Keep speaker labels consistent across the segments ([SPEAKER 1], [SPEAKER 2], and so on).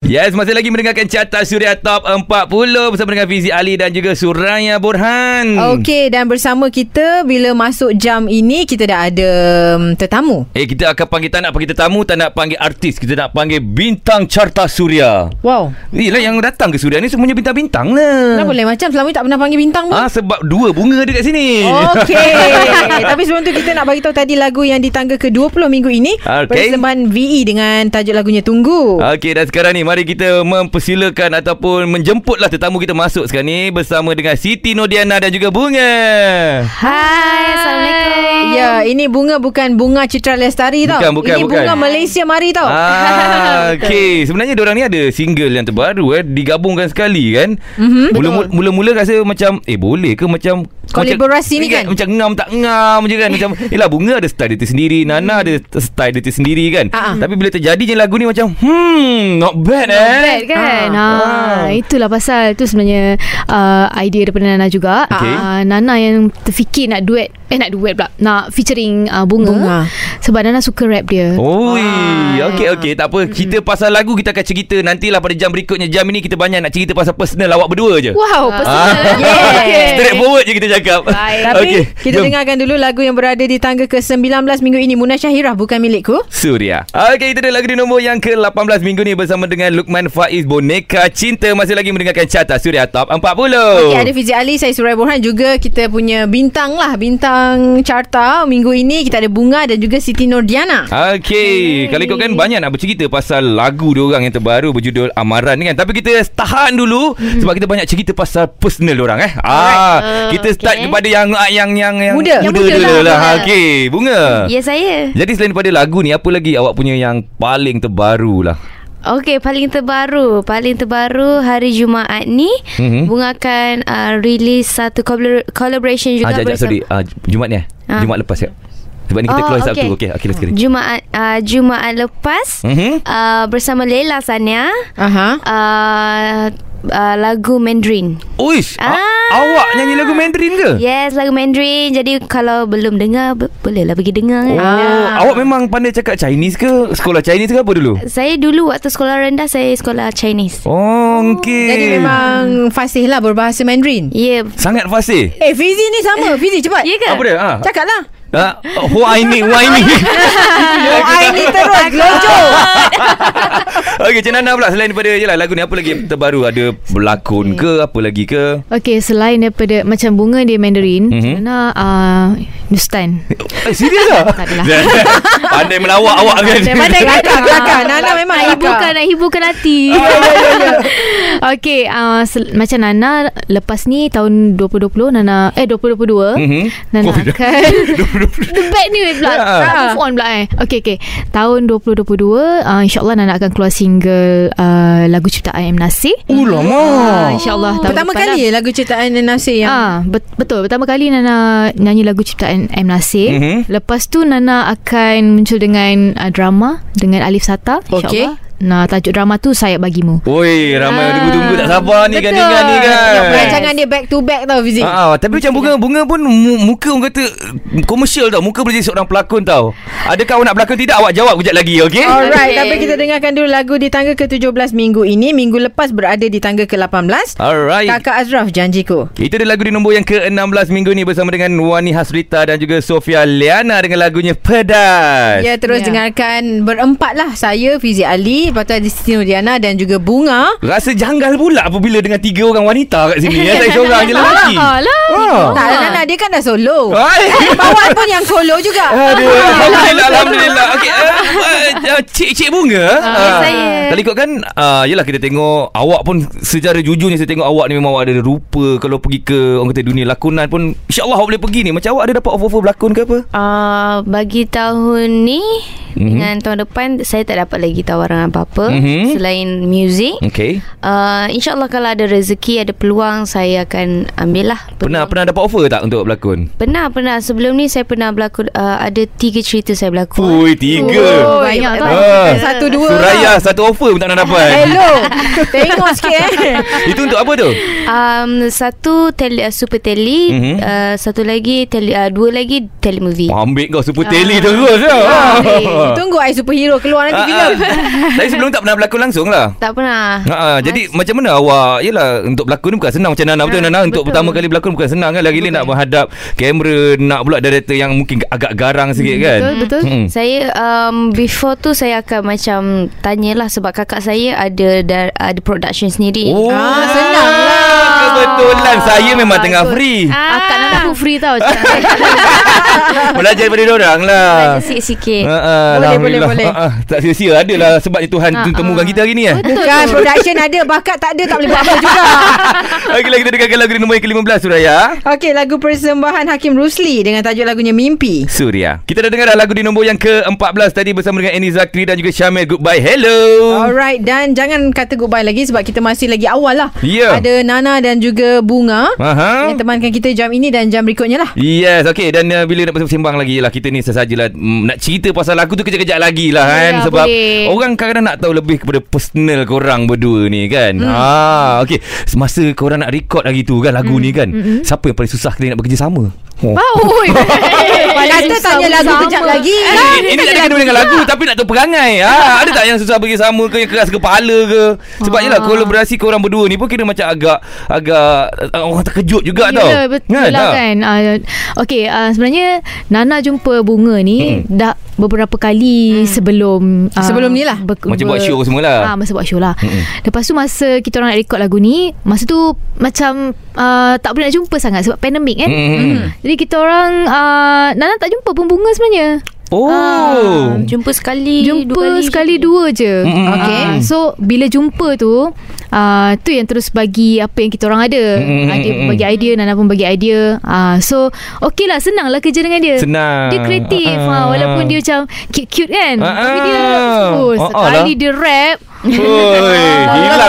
[SPEAKER 1] Yes, masih lagi mendengarkan carta Suria Top 40 bersama dengan Fizi Ali dan juga Suraya Burhan.
[SPEAKER 2] Okey dan bersama kita bila masuk jam ini kita dah ada um, tetamu.
[SPEAKER 1] Eh, kita akan panggil tak nak panggil tetamu, tak nak panggil artis. Kita nak panggil bintang carta Suria.
[SPEAKER 2] Wow.
[SPEAKER 1] Eh, lah yang datang ke Suria ni semuanya bintang-bintang lah.
[SPEAKER 2] Hmm. Kenapa lain macam selama ni tak pernah panggil bintang pun?
[SPEAKER 1] Ah, sebab dua bunga dia kat sini.
[SPEAKER 2] Okey. Tapi sebelum tu kita nak bagi tahu tadi lagu yang di tangga ke-20 minggu ini
[SPEAKER 1] Okey. Ah.
[SPEAKER 2] persembahan VE dengan tajuk lagunya Tunggu.
[SPEAKER 1] Okey dan sekarang ni mari kita mempersilakan ataupun menjemputlah tetamu kita masuk sekarang ni bersama dengan Siti Nodiana dan juga Bunga.
[SPEAKER 3] Hai, Assalamualaikum.
[SPEAKER 2] Ya, ini bunga bukan bunga Citra Lestari tau.
[SPEAKER 1] Bukan, bukan,
[SPEAKER 2] ini
[SPEAKER 1] bukan.
[SPEAKER 2] bunga Malaysia mari tau.
[SPEAKER 1] Ah, okey. Sebenarnya diorang ni ada single yang terbaru eh digabungkan sekali kan. Mm-hmm,
[SPEAKER 2] Mhm.
[SPEAKER 1] mula, mula-mula rasa macam eh boleh ke macam macam,
[SPEAKER 2] Kolaborasi ni kan?
[SPEAKER 1] Macam ngam tak ngam je kan macam yelah bunga ada style dia sendiri, Nana ada style dia sendiri kan.
[SPEAKER 2] Ah, ah.
[SPEAKER 1] Tapi bila terjadi je lagu ni macam hmm not bad eh. Not
[SPEAKER 3] Bad kan ha.
[SPEAKER 1] Ah.
[SPEAKER 3] Itulah pasal Itu sebenarnya uh, Idea daripada Nana juga
[SPEAKER 1] Okey.
[SPEAKER 3] uh, Nana yang terfikir nak duet Eh nak duet pula Nak featuring uh, bunga,
[SPEAKER 2] Bunga.
[SPEAKER 3] Sebab Nana suka rap dia
[SPEAKER 1] Oi,
[SPEAKER 2] Ah.
[SPEAKER 1] okey okey tak
[SPEAKER 2] Mm-hmm.
[SPEAKER 1] apa. Kita pasal lagu kita akan cerita nantilah pada jam berikutnya. Jam ini kita banyak nak cerita pasal personal awak berdua je.
[SPEAKER 3] Wow personal
[SPEAKER 1] Ah.
[SPEAKER 2] Yeah.
[SPEAKER 3] Okey.
[SPEAKER 1] Straight forward je kita cakap.
[SPEAKER 3] Baik.
[SPEAKER 2] Tapi
[SPEAKER 1] Okey,
[SPEAKER 2] okay, kita
[SPEAKER 1] jom.
[SPEAKER 2] dengarkan dulu lagu yang berada di tangga ke-19 minggu ini Muna Syahirah bukan milikku.
[SPEAKER 1] Suria. Okey, kita ada lagu di nombor yang ke-18 minggu ni bersama dengan Lukman Faiz Boneka Cinta masih lagi mendengarkan carta Suria Top 40.
[SPEAKER 2] Okey ada Fizi Ali, saya Surai Borhan juga kita punya bintang lah, bintang carta minggu ini kita ada Bunga dan juga Siti Nordiana.
[SPEAKER 1] Okey, kalau ikut kan banyak nak bercerita pasal lagu diorang yang terbaru berjudul Amaran ni kan. Tapi kita tahan dulu hmm. sebab kita banyak cerita pasal personal diorang eh. Ah,
[SPEAKER 4] Uh,
[SPEAKER 1] kita start
[SPEAKER 4] okey.
[SPEAKER 1] daripada yang ah, yang yang yang
[SPEAKER 2] Muda.
[SPEAKER 1] muda,
[SPEAKER 2] Yang
[SPEAKER 1] muda
[SPEAKER 3] muda
[SPEAKER 1] dulu
[SPEAKER 3] lah,
[SPEAKER 1] lah.
[SPEAKER 3] muda.
[SPEAKER 1] Okey, bunga.
[SPEAKER 4] Ya saya
[SPEAKER 1] Jadi selain daripada lagu ni apa lagi awak punya yang paling terbaru lah?
[SPEAKER 4] Okey paling terbaru Paling terbaru hari Jumaat ni
[SPEAKER 1] Mhm.
[SPEAKER 4] mm-hmm. Bunga akan uh, release satu collabor-
[SPEAKER 1] Ah,
[SPEAKER 4] collaboration juga
[SPEAKER 1] jap, jap, sorry. Ah, Jumaat ni eh?
[SPEAKER 4] Ah.
[SPEAKER 1] Jumaat lepas ya. Sebab ni kita
[SPEAKER 4] Oh,
[SPEAKER 1] keluar
[SPEAKER 4] okey.
[SPEAKER 1] Sabtu. Okey, okey, let's get it.
[SPEAKER 4] Jumaat, uh, Jumaat lepas
[SPEAKER 1] Mhm.
[SPEAKER 4] mm-hmm. uh, Bersama Leila Sania
[SPEAKER 2] Aha.
[SPEAKER 4] uh, uh, Lagu Mandarin
[SPEAKER 1] Uish, ah.
[SPEAKER 4] Ah.
[SPEAKER 1] awak nyanyi lagu Mandarin ke?
[SPEAKER 4] Yes lagu Mandarin Jadi kalau belum dengar be- Bolehlah pergi dengar
[SPEAKER 1] Oh,
[SPEAKER 4] kan
[SPEAKER 2] Ah.
[SPEAKER 1] awak memang pandai cakap Chinese ke? Sekolah Chinese ke apa dulu?
[SPEAKER 4] Saya dulu waktu sekolah rendah Saya sekolah Chinese
[SPEAKER 1] Oh, okey.
[SPEAKER 2] Jadi memang fasih lah berbahasa Mandarin.
[SPEAKER 4] Ya yeah.
[SPEAKER 1] sangat fasih.
[SPEAKER 2] Eh Fizi ni sama, Fizi cepat.
[SPEAKER 4] Ya ke?
[SPEAKER 1] Apa dia? Ha.
[SPEAKER 2] Cakap lah.
[SPEAKER 1] Ah, why ni? Why ni?
[SPEAKER 2] Oh, I ni terus gelojoh.
[SPEAKER 1] Okey, Cik Nana pula selain daripada jelah lagu ni apa lagi yang terbaru ada berlakon ke apa lagi ke?
[SPEAKER 3] Okay selain daripada Macam bunga dia Mandarin
[SPEAKER 1] Mhm.
[SPEAKER 3] mm-hmm. Nana uh, Nustan
[SPEAKER 1] Eh, serius lah?
[SPEAKER 3] Tak adalah.
[SPEAKER 1] Pandai melawak awak kan?
[SPEAKER 2] Pandai kelakar, kelakar. Nana memang
[SPEAKER 3] Nak hiburkan
[SPEAKER 2] kelakar.
[SPEAKER 3] Nak hiburkan hati
[SPEAKER 1] Ah, ya,
[SPEAKER 3] Okay uh, sel- Macam Nana Lepas ni Tahun 2020 Nana Eh 2022
[SPEAKER 1] Mhm.
[SPEAKER 3] Nana
[SPEAKER 1] Covid.
[SPEAKER 3] akan The bad news pula
[SPEAKER 1] Ya.
[SPEAKER 3] Tak Move on pula eh Okay okay Tahun 2022 uh, InsyaAllah Nana akan keluar single uh, Lagu ciptaan M. Nasir
[SPEAKER 1] Oh. Ulama.
[SPEAKER 3] Ah, InsyaAllah tahun
[SPEAKER 2] Pertama
[SPEAKER 3] depan lah.
[SPEAKER 2] kali ya? lagu ciptaan Nasir yang
[SPEAKER 3] Ah, bet- betul. Pertama kali Nana nyanyi lagu ciptaan M Nasir.
[SPEAKER 1] Mhm.
[SPEAKER 3] Mm-hmm. Lepas tu Nana akan muncul dengan uh, drama dengan Alif Sata
[SPEAKER 2] Okey.
[SPEAKER 3] insyaAllah. Nah, tajuk drama tu Sayap Bagimu.
[SPEAKER 1] Oi, ramai yang
[SPEAKER 3] Ah.
[SPEAKER 1] tunggu-tunggu tak sabar ni kan
[SPEAKER 3] Betul.
[SPEAKER 1] Ingan ni kan.
[SPEAKER 3] Ya,
[SPEAKER 2] Yes.
[SPEAKER 3] Yes.
[SPEAKER 2] Rancangan dia back to back tau Fizi.
[SPEAKER 1] Ah, ah, tapi macam bunga bunga pun mu- muka orang kata eh, komersial tau. Muka boleh jadi seorang pelakon tau. Adakah awak nak berlakon tidak? Awak jawab kejap lagi, okey?
[SPEAKER 2] Alright,
[SPEAKER 4] Okay.
[SPEAKER 2] tapi kita dengarkan dulu lagu di tangga ke-17 minggu ini. Minggu lepas berada di tangga ke-18.
[SPEAKER 1] Alright.
[SPEAKER 2] Kakak Azraf janjiku.
[SPEAKER 1] Itu dia lagu di nombor yang ke-16 minggu ni bersama dengan Wani Hasrita dan juga Sofia Liana dengan lagunya Pedas.
[SPEAKER 2] Ya terus yeah.
[SPEAKER 3] Ya.
[SPEAKER 2] dengarkan berempat lah Saya Fizi Ali Lepas tu ada Siti Nurdiana Dan juga Bunga
[SPEAKER 1] Rasa janggal pula apabila dengan tiga orang wanita kat sini. ya, tak seorang je lelaki.
[SPEAKER 3] Alah.
[SPEAKER 1] Ah.
[SPEAKER 2] Tak lah Nana Dia kan dah
[SPEAKER 1] Oh.
[SPEAKER 2] solo
[SPEAKER 1] Hai.
[SPEAKER 2] Bawan pun yang solo juga
[SPEAKER 1] Aduh, Alhamdulillah, Alhamdulillah. Okey, uh, uh, cik-cik bunga.
[SPEAKER 4] ya,
[SPEAKER 1] ah,
[SPEAKER 4] saya.
[SPEAKER 1] Kalau ikut kan, uh, yelah kita tengok awak pun secara jujurnya saya tengok awak ni memang awak ada rupa. Kalau pergi ke orang kata dunia lakonan pun, insyaAllah awak boleh pergi ni. Macam awak ada dapat offer-offer berlakon ke apa?
[SPEAKER 4] Uh, bagi tahun ni mm-hmm. dengan tahun depan saya tak dapat lagi tawaran apa-apa
[SPEAKER 1] Mhm.
[SPEAKER 4] mm-hmm. selain muzik.
[SPEAKER 1] Okey.
[SPEAKER 4] Uh, InsyaAllah kalau ada rezeki, ada peluang saya akan ambil lah.
[SPEAKER 1] Pernah
[SPEAKER 4] peluang.
[SPEAKER 1] pernah dapat offer tak untuk berlakon?
[SPEAKER 4] Pernah, pernah. Sebelum ni saya pernah berlakon, uh, ada tiga cerita saya berlakon.
[SPEAKER 1] Ui, tiga.
[SPEAKER 3] Oh, banyak tau.
[SPEAKER 1] Ah.
[SPEAKER 2] Satu dua
[SPEAKER 1] Suraya satu offer pun tak nak dapat.
[SPEAKER 2] Hello Tengok sikit eh
[SPEAKER 1] Itu untuk apa tu?
[SPEAKER 4] Um, satu tele, uh, super tele,
[SPEAKER 1] Mhm.
[SPEAKER 4] mm-hmm. uh, satu lagi, tele, uh, dua lagi telemovie.
[SPEAKER 1] Ambil kau super teli terus. Ah.
[SPEAKER 2] Ah, eh, Tunggu I superhero keluar nanti
[SPEAKER 1] Ah,
[SPEAKER 2] filem
[SPEAKER 1] ah. Tapi sebelum tak pernah berlakon langsung lah
[SPEAKER 4] Tak pernah
[SPEAKER 1] Ha, jadi macam mana awak Yelah untuk berlakon ni bukan senang Macam Nana betul
[SPEAKER 4] Ha,
[SPEAKER 1] Nana Untuk
[SPEAKER 4] betul.
[SPEAKER 1] pertama kali berlakon bukan senang kan Lagi-lagi nak menghadap kamera Nak pula director yang mungkin agak garang sikit kan
[SPEAKER 3] Betul betul.
[SPEAKER 1] Mm-mm.
[SPEAKER 4] Saya um, Before tu Saya akan macam Tanyalah Sebab kakak saya Ada dar, ada production sendiri
[SPEAKER 1] Oh
[SPEAKER 2] Ah, senang lah.
[SPEAKER 1] Kebetulan saya memang
[SPEAKER 2] Bagus.
[SPEAKER 1] tengah free
[SPEAKER 3] Ah. Akak nak aku free tau.
[SPEAKER 1] Belajar daripada orang lah
[SPEAKER 4] Belajar sikit-sikit
[SPEAKER 1] Ha, ha,
[SPEAKER 2] Boleh,
[SPEAKER 1] Alhamdulillah.
[SPEAKER 2] boleh, boleh.
[SPEAKER 1] Ha, ha, Tak sia-sia Adalah sebabnya Tuhan
[SPEAKER 3] Ha,
[SPEAKER 1] tu temukan
[SPEAKER 3] ha.
[SPEAKER 1] kita hari ni eh
[SPEAKER 2] Kan production ada Bakat tak ada Tak boleh buat apa juga
[SPEAKER 1] Okeylah kita dengarkan lagu di nombor yang ke-15 Suraya
[SPEAKER 2] Okey lagu persembahan Hakim Rusli Dengan tajuk lagunya Mimpi
[SPEAKER 1] Surya Kita dah dengar dah lagu di nombor yang ke-14 tadi Bersama dengan Annie Zakri dan juga Syamil Goodbye Hello
[SPEAKER 2] Alright dan jangan kata goodbye lagi sebab kita masih lagi awal lah.
[SPEAKER 1] Ya. Ah.
[SPEAKER 2] Ada Nana dan juga Bunga
[SPEAKER 1] Aha.
[SPEAKER 2] yang temankan kita jam ini dan jam berikutnya lah.
[SPEAKER 1] Yes, okay. Dan uh, bila nak bersembang lagi lah, kita ni sesajalah mm, nak cerita pasal lagu tu kejap-kejap lagi lah kan.
[SPEAKER 3] Ya,
[SPEAKER 1] Sebab
[SPEAKER 3] boleh.
[SPEAKER 1] orang kadang-kadang nak tahu lebih kepada personal korang berdua ni kan. Hmm. Ah, okay. Semasa korang nak record lagi tu kan lagu hmm. ni kan. Hmm. Siapa yang paling susah kita nak bekerjasama? Oh.
[SPEAKER 3] Bau.
[SPEAKER 2] Kata tanya lagu kejap lagi.
[SPEAKER 1] Eh, ini tak ada kena dengan lagu Tapi nak tahu perangai ha, Ada tak yang susah bagi sama ke Yang keras kepala ke Sebab
[SPEAKER 3] Ah.
[SPEAKER 1] yelah Kolaborasi korang berdua ni pun Kira macam agak Agak uh, Orang terkejut juga tau
[SPEAKER 3] Yelah, betul lah
[SPEAKER 1] ha?
[SPEAKER 3] kan. Uh, okay, uh, sebenarnya Nana jumpa bunga ni hmm. dah beberapa kali hmm. sebelum ah,
[SPEAKER 2] Sebelum ni lah.
[SPEAKER 3] ber-
[SPEAKER 1] Macam buat
[SPEAKER 3] ber-
[SPEAKER 1] show semua Hmm. lah
[SPEAKER 3] Ah ha, masa buat show lah.
[SPEAKER 1] Mm-mm.
[SPEAKER 3] Lepas tu masa kita orang nak record lagu ni, masa tu macam uh, tak boleh nak jumpa sangat sebab pandemik kan.
[SPEAKER 1] Mm-mm.
[SPEAKER 3] Jadi kita orang uh, Nana tak jumpa pun bunga sebenarnya.
[SPEAKER 1] Oh
[SPEAKER 4] um, Jumpa sekali
[SPEAKER 3] Jumpa
[SPEAKER 4] dua kali
[SPEAKER 3] sekali dua je.
[SPEAKER 1] Mm-mm.
[SPEAKER 2] Okay.
[SPEAKER 1] Mm-hmm.
[SPEAKER 3] Ah, so bila jumpa tu uh, tu yang terus bagi apa yang kita orang ada.
[SPEAKER 1] Mm-mm,
[SPEAKER 3] Mm-hmm. Dia pun
[SPEAKER 1] mm-mm.
[SPEAKER 3] bagi idea, Nana pun bagi idea. Uh, so okey lah senang lah kerja dengan dia.
[SPEAKER 1] Senang
[SPEAKER 3] Dia kreatif
[SPEAKER 1] Ah.
[SPEAKER 3] ha, Walaupun dia macam Cute-cute kan
[SPEAKER 1] Ah,
[SPEAKER 3] Tapi dia
[SPEAKER 1] ah.
[SPEAKER 3] oh,
[SPEAKER 1] Ah, ah
[SPEAKER 3] Sekali
[SPEAKER 1] lah.
[SPEAKER 3] dia rap
[SPEAKER 1] Oi, Hilang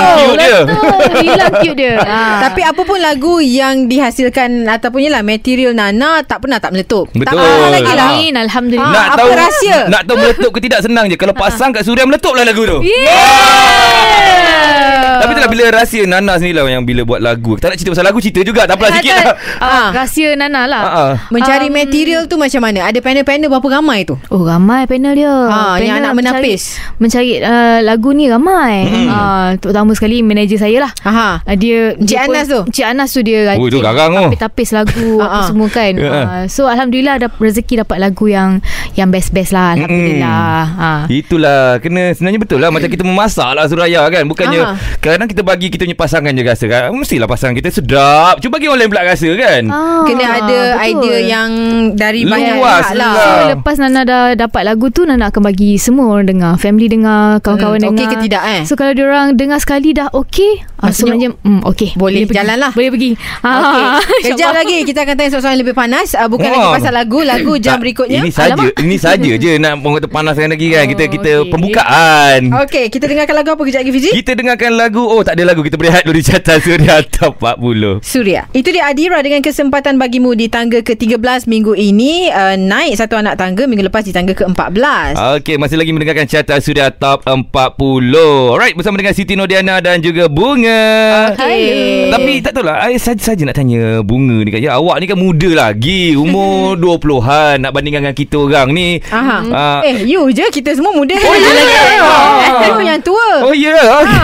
[SPEAKER 3] Oh,
[SPEAKER 1] cute dia
[SPEAKER 3] Betul Hilang cute dia ha.
[SPEAKER 2] Tapi apa pun lagu yang dihasilkan ataupun yelah material Nana tak pernah tak meletup. Tak
[SPEAKER 1] Betul.
[SPEAKER 2] pernah lagi lah.
[SPEAKER 3] Ah. Amin Alhamdulillah
[SPEAKER 1] Nak
[SPEAKER 2] apa
[SPEAKER 1] tahu
[SPEAKER 2] rahsia?
[SPEAKER 1] Nak tahu meletup ke tidak Senang je Kalau pasang kat Suria Meletuplah lagu tu Ah.
[SPEAKER 3] Yeah.
[SPEAKER 1] Tapi itulah bila rahsia Nana sendirilah Yang bila buat lagu Tak nak cerita pasal lagu Cerita juga Tak apalah sikit lah
[SPEAKER 3] Ah,
[SPEAKER 2] Ah.
[SPEAKER 3] rahsia Nana lah.
[SPEAKER 1] Ah, ah.
[SPEAKER 2] Mencari
[SPEAKER 3] Um,
[SPEAKER 2] material tu macam mana? Ada panel-panel berapa ramai tu?
[SPEAKER 3] Oh ramai panel dia
[SPEAKER 2] Ah,
[SPEAKER 3] panel
[SPEAKER 2] yang nak menapis.
[SPEAKER 3] Mencari, mencari uh, lagu ni ramai
[SPEAKER 1] Hmm.
[SPEAKER 3] mm. uh, Terutama sekali manager saya lah
[SPEAKER 2] Aha.
[SPEAKER 3] Ah, dia
[SPEAKER 2] Encik
[SPEAKER 3] dia pun-
[SPEAKER 2] Anas tu?
[SPEAKER 3] Encik Anas tu dia
[SPEAKER 1] Oh, tu garang tu.
[SPEAKER 3] Tapis-tapis lagu Apa
[SPEAKER 2] Ah, ah.
[SPEAKER 3] semua kan
[SPEAKER 1] Ya.
[SPEAKER 3] Ah, So Alhamdulillah ada rezeki dapat lagu yang Yang best-best lah
[SPEAKER 1] Hmm.
[SPEAKER 3] Alhamdulillah Ah.
[SPEAKER 1] Itulah Kena sebenarnya betul lah Macam kita memasak lah Suraya kan Bukannya
[SPEAKER 2] Ah.
[SPEAKER 1] Kadang kita bagi Kita punya pasangan je rasa kan Mestilah pasangan kita sedap Cuba bagi orang lain pula rasa kan
[SPEAKER 3] Ah,
[SPEAKER 2] Kena ada
[SPEAKER 3] betul.
[SPEAKER 2] idea yang dari banyak
[SPEAKER 1] Luas
[SPEAKER 2] pihak
[SPEAKER 1] lah.
[SPEAKER 3] So lepas Nana dah dapat lagu tu Nana akan bagi semua orang dengar Family dengar Kawan-kawan
[SPEAKER 2] Hmm, okey
[SPEAKER 3] dengar
[SPEAKER 2] ke tidak, eh?
[SPEAKER 3] So kalau diorang dengar sekali dah okey ah, So
[SPEAKER 2] Maksudnya,
[SPEAKER 3] macam mm, okey
[SPEAKER 2] boleh
[SPEAKER 3] pergi.
[SPEAKER 2] jalan lah.
[SPEAKER 3] Boleh pergi ah,
[SPEAKER 2] Okey, kejap
[SPEAKER 3] insyaAllah.
[SPEAKER 2] lagi kita akan tanya soalan lebih panas. Uh, bukan
[SPEAKER 1] Wah.
[SPEAKER 2] lagi pasal lagu, lagu jam
[SPEAKER 1] Oh. Tak,
[SPEAKER 2] berikutnya.
[SPEAKER 1] Ini saja
[SPEAKER 3] Alamak.
[SPEAKER 1] Ini saja je Nak orang kata panaskan lagi kan Kita
[SPEAKER 3] Oh,
[SPEAKER 1] kita
[SPEAKER 3] okey.
[SPEAKER 1] pembukaan
[SPEAKER 2] Okey, kita dengarkan lagu apa kejap lagi Fizi?
[SPEAKER 1] Kita dengarkan lagu Oh tak ada lagu Kita berehat dulu di carta Suria Top 40
[SPEAKER 2] Suria. Itu dia Adira dengan kesempatan bagimu di tangga ke-13 minggu ini uh, naik satu anak tangga minggu lepas di tangga ke-14.
[SPEAKER 1] Okey, masih lagi mendengarkan carta Suria Top 40. Alright, bersama dengan Siti Nodiana dan juga Bunga.
[SPEAKER 2] Okey.
[SPEAKER 1] Tapi tak tahulah, saya saja-saja nak tanya Bunga ni kan. Ya, awak ni kan muda lagi, umur 20-an nak bandingkan dengan kita orang ni.
[SPEAKER 2] Aha.
[SPEAKER 1] Ah,
[SPEAKER 2] eh, you je kita semua muda.
[SPEAKER 1] Oh, ya
[SPEAKER 2] lagi.
[SPEAKER 1] ke?
[SPEAKER 2] You yang tua.
[SPEAKER 1] Oh ya yeah. okay.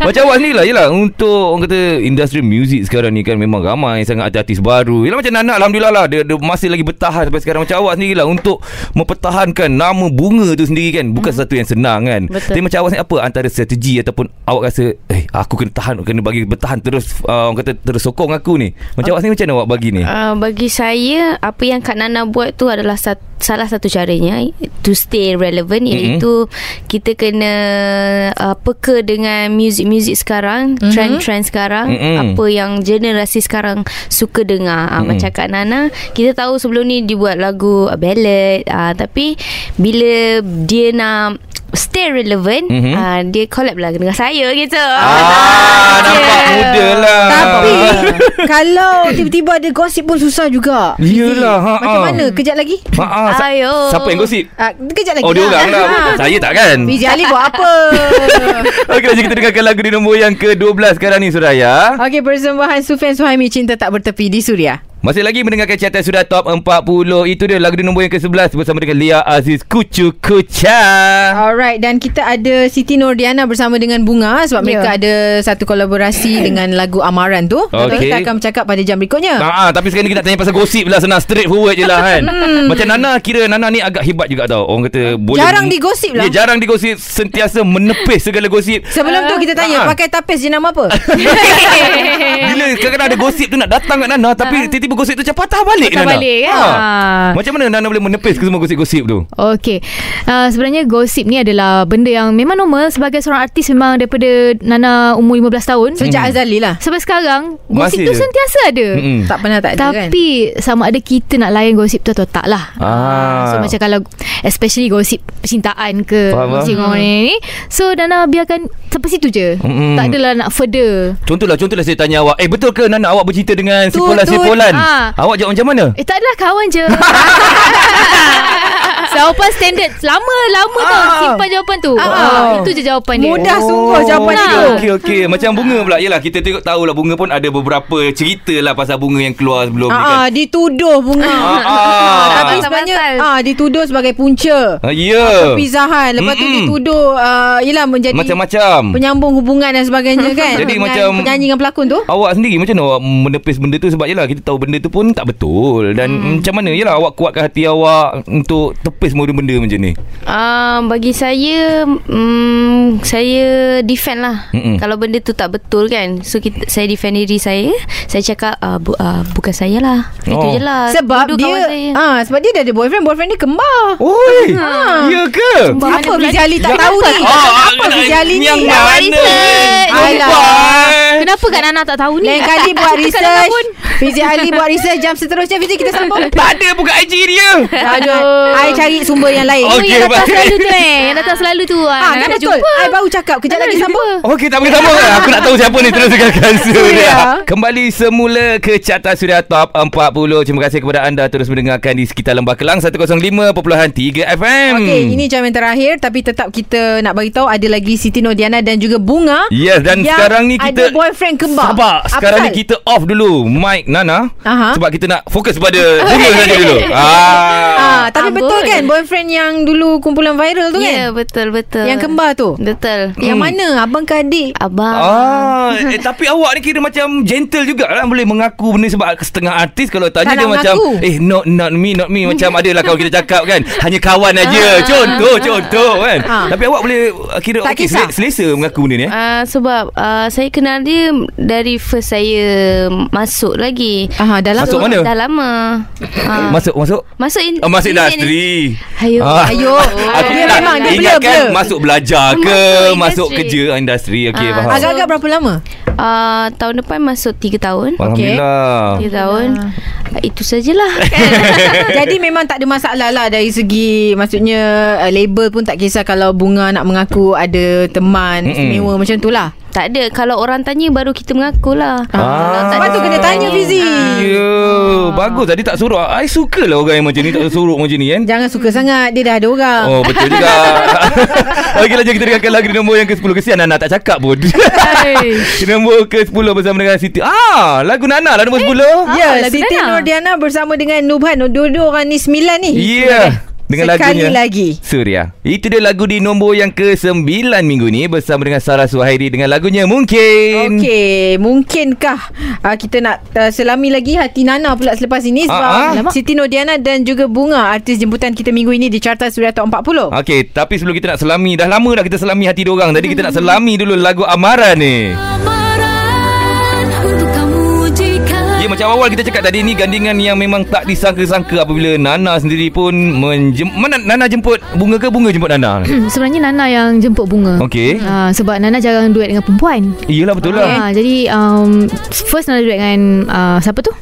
[SPEAKER 1] Macam awak sendiri lah Yelah untuk Orang kata Industri muzik sekarang ni kan Memang ramai sangat Artis-artis baru Yelah macam Nana Alhamdulillah lah dia, dia masih lagi bertahan Sampai sekarang Macam awak sendiri lah Untuk mempertahankan Nama bunga tu sendiri kan Bukan sesuatu yang senang kan
[SPEAKER 4] Betul.
[SPEAKER 1] Tapi macam awak sendiri Apa antara strategi Ataupun awak rasa Eh aku kena tahan Kena bagi bertahan Terus uh, Orang kata terus sokong aku ni Macam awak sendiri Macam mana awak bagi ni
[SPEAKER 4] Uh, bagi saya apa yang Kak Nana buat tu adalah sat- salah satu caranya to stay relevant
[SPEAKER 1] Mm-mm.
[SPEAKER 4] iaitu kita kena uh, peka dengan music-music sekarang, mm-hmm. trend-trend sekarang,
[SPEAKER 1] Mm-mm.
[SPEAKER 4] apa yang generasi sekarang suka dengar. Uh, macam Kak Nana, kita tahu sebelum ni dia buat lagu uh, ballad uh, tapi bila dia nak stay relevant,
[SPEAKER 1] Mhm.
[SPEAKER 4] mm-hmm. uh, dia collab lah dengan saya gitu.
[SPEAKER 1] Ah, nampak muda lah
[SPEAKER 2] Tapi kalau tiba-tiba ada gosip pun susah juga. Fizi.
[SPEAKER 1] Yelah, ha,
[SPEAKER 2] Macam
[SPEAKER 1] ha.
[SPEAKER 2] mana? Kejap lagi.
[SPEAKER 1] ha, ah, sa-
[SPEAKER 4] Ayo.
[SPEAKER 1] Siapa yang gosip
[SPEAKER 2] Ah, kejap lagi.
[SPEAKER 1] Oh dia orang lah
[SPEAKER 2] Ha.
[SPEAKER 1] Saya tak kan
[SPEAKER 2] Fizi Ali buat apa?
[SPEAKER 1] Okey, jom kita dengarkan lagu di nombor yang ke-12 sekarang ni ya. Suraya.
[SPEAKER 2] Okey, persembahan Sufian Suhaimi Cinta Tak Bertepi di Suria.
[SPEAKER 1] Masih lagi mendengarkan carta sudah top 40. Itu dia lagu di nombor yang ke-11 bersama dengan Lia Aziz Kucu Kucha.
[SPEAKER 2] Alright dan kita ada Siti Nordiana bersama dengan Bunga sebab yeah.
[SPEAKER 3] Ya.
[SPEAKER 2] mereka ada satu kolaborasi dengan lagu Amaran tu.
[SPEAKER 1] Okey.
[SPEAKER 2] Tapi Kita akan bercakap pada jam berikutnya.
[SPEAKER 1] Ah, ah, tapi sekarang ni kita nak tanya pasal gosip lah Senang straight forward je lah kan Macam Nana Kira Nana ni agak hebat juga tau Orang kata boleh
[SPEAKER 2] Jarang digosip lah.
[SPEAKER 1] Ya jarang digosip Sentiasa menepis segala gosip
[SPEAKER 2] Sebelum tu kita
[SPEAKER 1] Ah.
[SPEAKER 2] tanya pakai tapis jenama apa?
[SPEAKER 1] Bila kadang-kadang ada gosip tu Nak datang kat Nana Tapi tiba-tiba gosip tu Macam patah balik
[SPEAKER 3] Patah
[SPEAKER 1] Nana
[SPEAKER 3] balik, kan?
[SPEAKER 1] Ah.
[SPEAKER 3] Ah.
[SPEAKER 1] Macam mana Nana boleh menepis Semua gosip-gosip tu
[SPEAKER 3] Okey. Uh, sebenarnya gosip ni adalah benda yang memang normal sebagai seorang artis memang daripada Nana umur 15 tahun.
[SPEAKER 2] Sejak Azali lah.
[SPEAKER 3] Sampai sekarang gosip
[SPEAKER 1] Hmm. Masih Hmm.
[SPEAKER 3] tu
[SPEAKER 1] ada.
[SPEAKER 3] sentiasa ada.
[SPEAKER 1] Mm-mm.
[SPEAKER 2] Tak pernah tak ada kan?
[SPEAKER 3] Tapi sama ada kita nak layan gosip tu atau tak lah.
[SPEAKER 1] Ah.
[SPEAKER 3] So macam kalau especially gosip percintaan ke
[SPEAKER 1] Faham,
[SPEAKER 3] gosip
[SPEAKER 1] faham.
[SPEAKER 3] orang ni. So Nana biarkan sampai situ je.
[SPEAKER 1] Mm-mm.
[SPEAKER 3] Tak adalah nak further.
[SPEAKER 1] Contohlah Contohlah saya tanya awak Eh betul ke Nana awak bercerita dengan Si
[SPEAKER 2] Tu,
[SPEAKER 1] Polan Si
[SPEAKER 2] tu,
[SPEAKER 1] Polan
[SPEAKER 3] ah.
[SPEAKER 1] Awak jawab macam mana
[SPEAKER 3] Eh tak adalah kawan je. Jawapan standard Lama-lama ah. tau
[SPEAKER 1] Ah.
[SPEAKER 3] Simpan jawapan tu ah. Itu je jawapan dia
[SPEAKER 2] Mudah sungguh jawapan
[SPEAKER 3] Nah.
[SPEAKER 2] itu.
[SPEAKER 1] Oh, Okey okey macam bunga pula yalah kita tengok tahulah bunga pun ada beberapa cerita lah pasal bunga yang keluar sebelum ni kan.
[SPEAKER 2] Ah, ah, dituduh bunga.
[SPEAKER 1] Ah, ah.
[SPEAKER 2] Ah, tapi
[SPEAKER 4] Tak
[SPEAKER 2] sebenarnya
[SPEAKER 4] pasal.
[SPEAKER 2] ah dituduh sebagai punca.
[SPEAKER 1] Ah, ya.
[SPEAKER 2] Perpisahan Lepas tu
[SPEAKER 1] Mm-mm.
[SPEAKER 2] dituduh uh, Yelah menjadi
[SPEAKER 1] Macam-macam.
[SPEAKER 2] Penyambung hubungan dan sebagainya kan
[SPEAKER 1] Hmm. Jadi
[SPEAKER 2] Dengan
[SPEAKER 1] macam-
[SPEAKER 2] Penyanyi dengan pelakon tu
[SPEAKER 1] Awak sendiri macam mana awak menepis benda tu sebab yalah kita tahu benda tu pun tak betul dan hmm. macam mana yalah awak kuatkan hati awak untuk tepis semua benda macam ni.
[SPEAKER 4] Um, bagi saya um, Saya defend lah
[SPEAKER 1] Mm-mm.
[SPEAKER 4] Mm-mm. Kalau benda tu tak betul kan So kita, saya defend diri saya Saya cakap uh, bu, uh, Bukan saya lah
[SPEAKER 1] Oh.
[SPEAKER 4] oh. Itu je lah
[SPEAKER 2] Sebab
[SPEAKER 4] Duduk
[SPEAKER 2] dia
[SPEAKER 4] kawan saya.
[SPEAKER 2] ah Sebab dia dah ada boyfriend Boyfriend dia kembar
[SPEAKER 1] Oi, ya ke?
[SPEAKER 2] Apa Fizi Ali tak
[SPEAKER 1] Yang-
[SPEAKER 2] tahu ni Apa
[SPEAKER 1] nak-
[SPEAKER 2] Fizi Ali ni
[SPEAKER 1] Ah, Yang mana?
[SPEAKER 2] Alah.
[SPEAKER 1] Perempuan.
[SPEAKER 3] Kenapa Kak Nana tak tahu ni
[SPEAKER 2] Lain kali buat
[SPEAKER 3] Cakap Kak Nana
[SPEAKER 2] research
[SPEAKER 3] pun.
[SPEAKER 2] Fizi Ali buat research Jam seterusnya Fizi kita sambung
[SPEAKER 1] Tak ada buka IG dia.
[SPEAKER 2] Aduh I cari sumber yang lain
[SPEAKER 1] Oh,
[SPEAKER 3] Oh,
[SPEAKER 1] Okey,
[SPEAKER 3] yang datang
[SPEAKER 1] baik.
[SPEAKER 3] selalu tu eh Yang datang selalu tu
[SPEAKER 2] Ah,
[SPEAKER 3] Nana
[SPEAKER 2] kan
[SPEAKER 3] nak
[SPEAKER 2] betul
[SPEAKER 3] jumpa.
[SPEAKER 2] I baru cakap Kejap lagi sambung
[SPEAKER 1] Okey tak boleh sambung lah. Aku nak tahu siapa ni Teruskan cancel
[SPEAKER 2] Ya.
[SPEAKER 1] dia Kembali semula ke Carta Suria Top 40 Terima kasih kepada anda Terus mendengarkan di sekitar Lembah Kelang 105.3 FM
[SPEAKER 2] Okey, ini jam yang terakhir tapi tetap kita nak bagi tahu ada lagi Siti Nodiana dan juga Bunga.
[SPEAKER 1] Yes dan
[SPEAKER 2] yang
[SPEAKER 1] sekarang ni
[SPEAKER 2] ada
[SPEAKER 1] kita
[SPEAKER 2] boyfriend kembar.
[SPEAKER 1] Sabar
[SPEAKER 2] Apa
[SPEAKER 1] Sekarang
[SPEAKER 2] hal?
[SPEAKER 1] ni kita off dulu Mike, Nana
[SPEAKER 2] Aha.
[SPEAKER 1] Sebab kita nak fokus pada Bunga saja dulu ah.
[SPEAKER 2] Ah, tapi
[SPEAKER 4] Ambon.
[SPEAKER 2] betul kan boyfriend yang dulu kumpulan viral tu
[SPEAKER 4] Ya yeah,
[SPEAKER 2] kan?
[SPEAKER 4] betul-betul
[SPEAKER 2] Yang kembar tu.
[SPEAKER 4] Betul
[SPEAKER 1] Mm.
[SPEAKER 2] Yang mana? Abang ke adik?
[SPEAKER 4] Abang
[SPEAKER 1] Ah, eh, tapi awak ni kira macam gentle jugalah boleh mengaku benda sebab setengah artis kalau tanya
[SPEAKER 2] Tak
[SPEAKER 1] dia
[SPEAKER 2] nak
[SPEAKER 1] macam
[SPEAKER 2] mengaku.
[SPEAKER 1] eh not not me not me macam adalah kalau kita cakap kan hanya kawan aja contoh contoh kan.
[SPEAKER 2] Ah.
[SPEAKER 1] Tapi awak boleh ah, kira
[SPEAKER 2] Tak
[SPEAKER 1] okey
[SPEAKER 2] kisah.
[SPEAKER 1] sel- selesa mengaku benda ni eh.
[SPEAKER 4] Uh, sebab uh, saya kenal dia dari first saya masuk lagi.
[SPEAKER 2] Ah, dah lama.
[SPEAKER 1] Masuk mana?
[SPEAKER 4] Dah lama. Uh,
[SPEAKER 1] Masuk masuk
[SPEAKER 4] masuk in,
[SPEAKER 1] Oh, masuk
[SPEAKER 4] in-
[SPEAKER 1] industri.
[SPEAKER 4] Ayo.
[SPEAKER 1] Ah.
[SPEAKER 2] Ah. Ayo.
[SPEAKER 1] Aku
[SPEAKER 2] dia
[SPEAKER 1] tak
[SPEAKER 2] memang dia
[SPEAKER 1] ingatkan
[SPEAKER 2] blur-blur.
[SPEAKER 1] masuk belajar ke
[SPEAKER 4] Masuk
[SPEAKER 1] masuk
[SPEAKER 4] industri.
[SPEAKER 1] kerja industri okey
[SPEAKER 4] Ah,
[SPEAKER 1] faham.
[SPEAKER 2] Agak-agak berapa lama?
[SPEAKER 4] Uh, tahun depan masuk 3 tahun.
[SPEAKER 1] Alhamdulillah.
[SPEAKER 4] 3 tahun. Uh, itu sajalah. Kan?
[SPEAKER 2] Jadi memang tak ada masalah lah dari segi maksudnya uh, label pun tak kisah kalau bunga nak mengaku ada teman
[SPEAKER 1] Mm-mm.
[SPEAKER 2] istimewa macam tu lah.
[SPEAKER 4] tak ada. Kalau orang tanya baru kita lah. mengakulah.
[SPEAKER 1] Ah.
[SPEAKER 4] Kalau tak
[SPEAKER 2] Ah. Sebab
[SPEAKER 4] ada
[SPEAKER 2] tu kena
[SPEAKER 4] orang
[SPEAKER 2] tanya Fizi.
[SPEAKER 1] Ya, bagus tadi tak suruh. I suka lah orang yang macam ni tak suruh macam ni kan.
[SPEAKER 2] Jangan suka sangat dia dah ada orang.
[SPEAKER 1] Oh betul juga Okey lah jom kita dengarkan lagu di nombor yang ke-10 Kesian Nana tak cakap pun Di nombor ke-10 bersama dengan Siti Ah lagu Nana lah nombor 10
[SPEAKER 2] Ya,
[SPEAKER 3] lagu
[SPEAKER 2] Siti
[SPEAKER 3] Nana.
[SPEAKER 2] Nordiana bersama dengan Nubhan. Dua-dua orang ni sembilan ni.
[SPEAKER 1] Ya yeah. Dengan
[SPEAKER 2] eh, Sekali
[SPEAKER 1] lagunya
[SPEAKER 2] lagi.
[SPEAKER 1] Surya Itu dia lagu di nombor yang ke-9 minggu ni Bersama dengan Sarah Suhairi Dengan lagunya Mungkin
[SPEAKER 2] Okey, mungkinkah uh, kita nak uh, selami lagi hati Nana pula selepas ini sebab
[SPEAKER 1] Ah, ah.
[SPEAKER 2] uh-huh. Siti Nordiana dan juga Bunga artis jemputan kita minggu ini di Carta Suria Top 40.
[SPEAKER 1] Okey, tapi sebelum kita nak selami Dah lama dah kita selami hati diorang Jadi kita nak selami dulu lagu Amara ni
[SPEAKER 5] amaran untuk kamu jika
[SPEAKER 1] Ya macam awal kita cakap tadi ni gandingan yang memang tak disangka-sangka apabila Nana sendiri pun menjem mana Nana jemput bunga ke bunga jemput Nana?
[SPEAKER 3] Hmm, Sebenarnya Nana yang jemput bunga
[SPEAKER 1] Okey.
[SPEAKER 3] Ah, sebab Nana jarang duet dengan perempuan.
[SPEAKER 1] Iyalah betul lah.
[SPEAKER 3] Ah, jadi um, first Nana duet dengan uh, ah, siapa tu?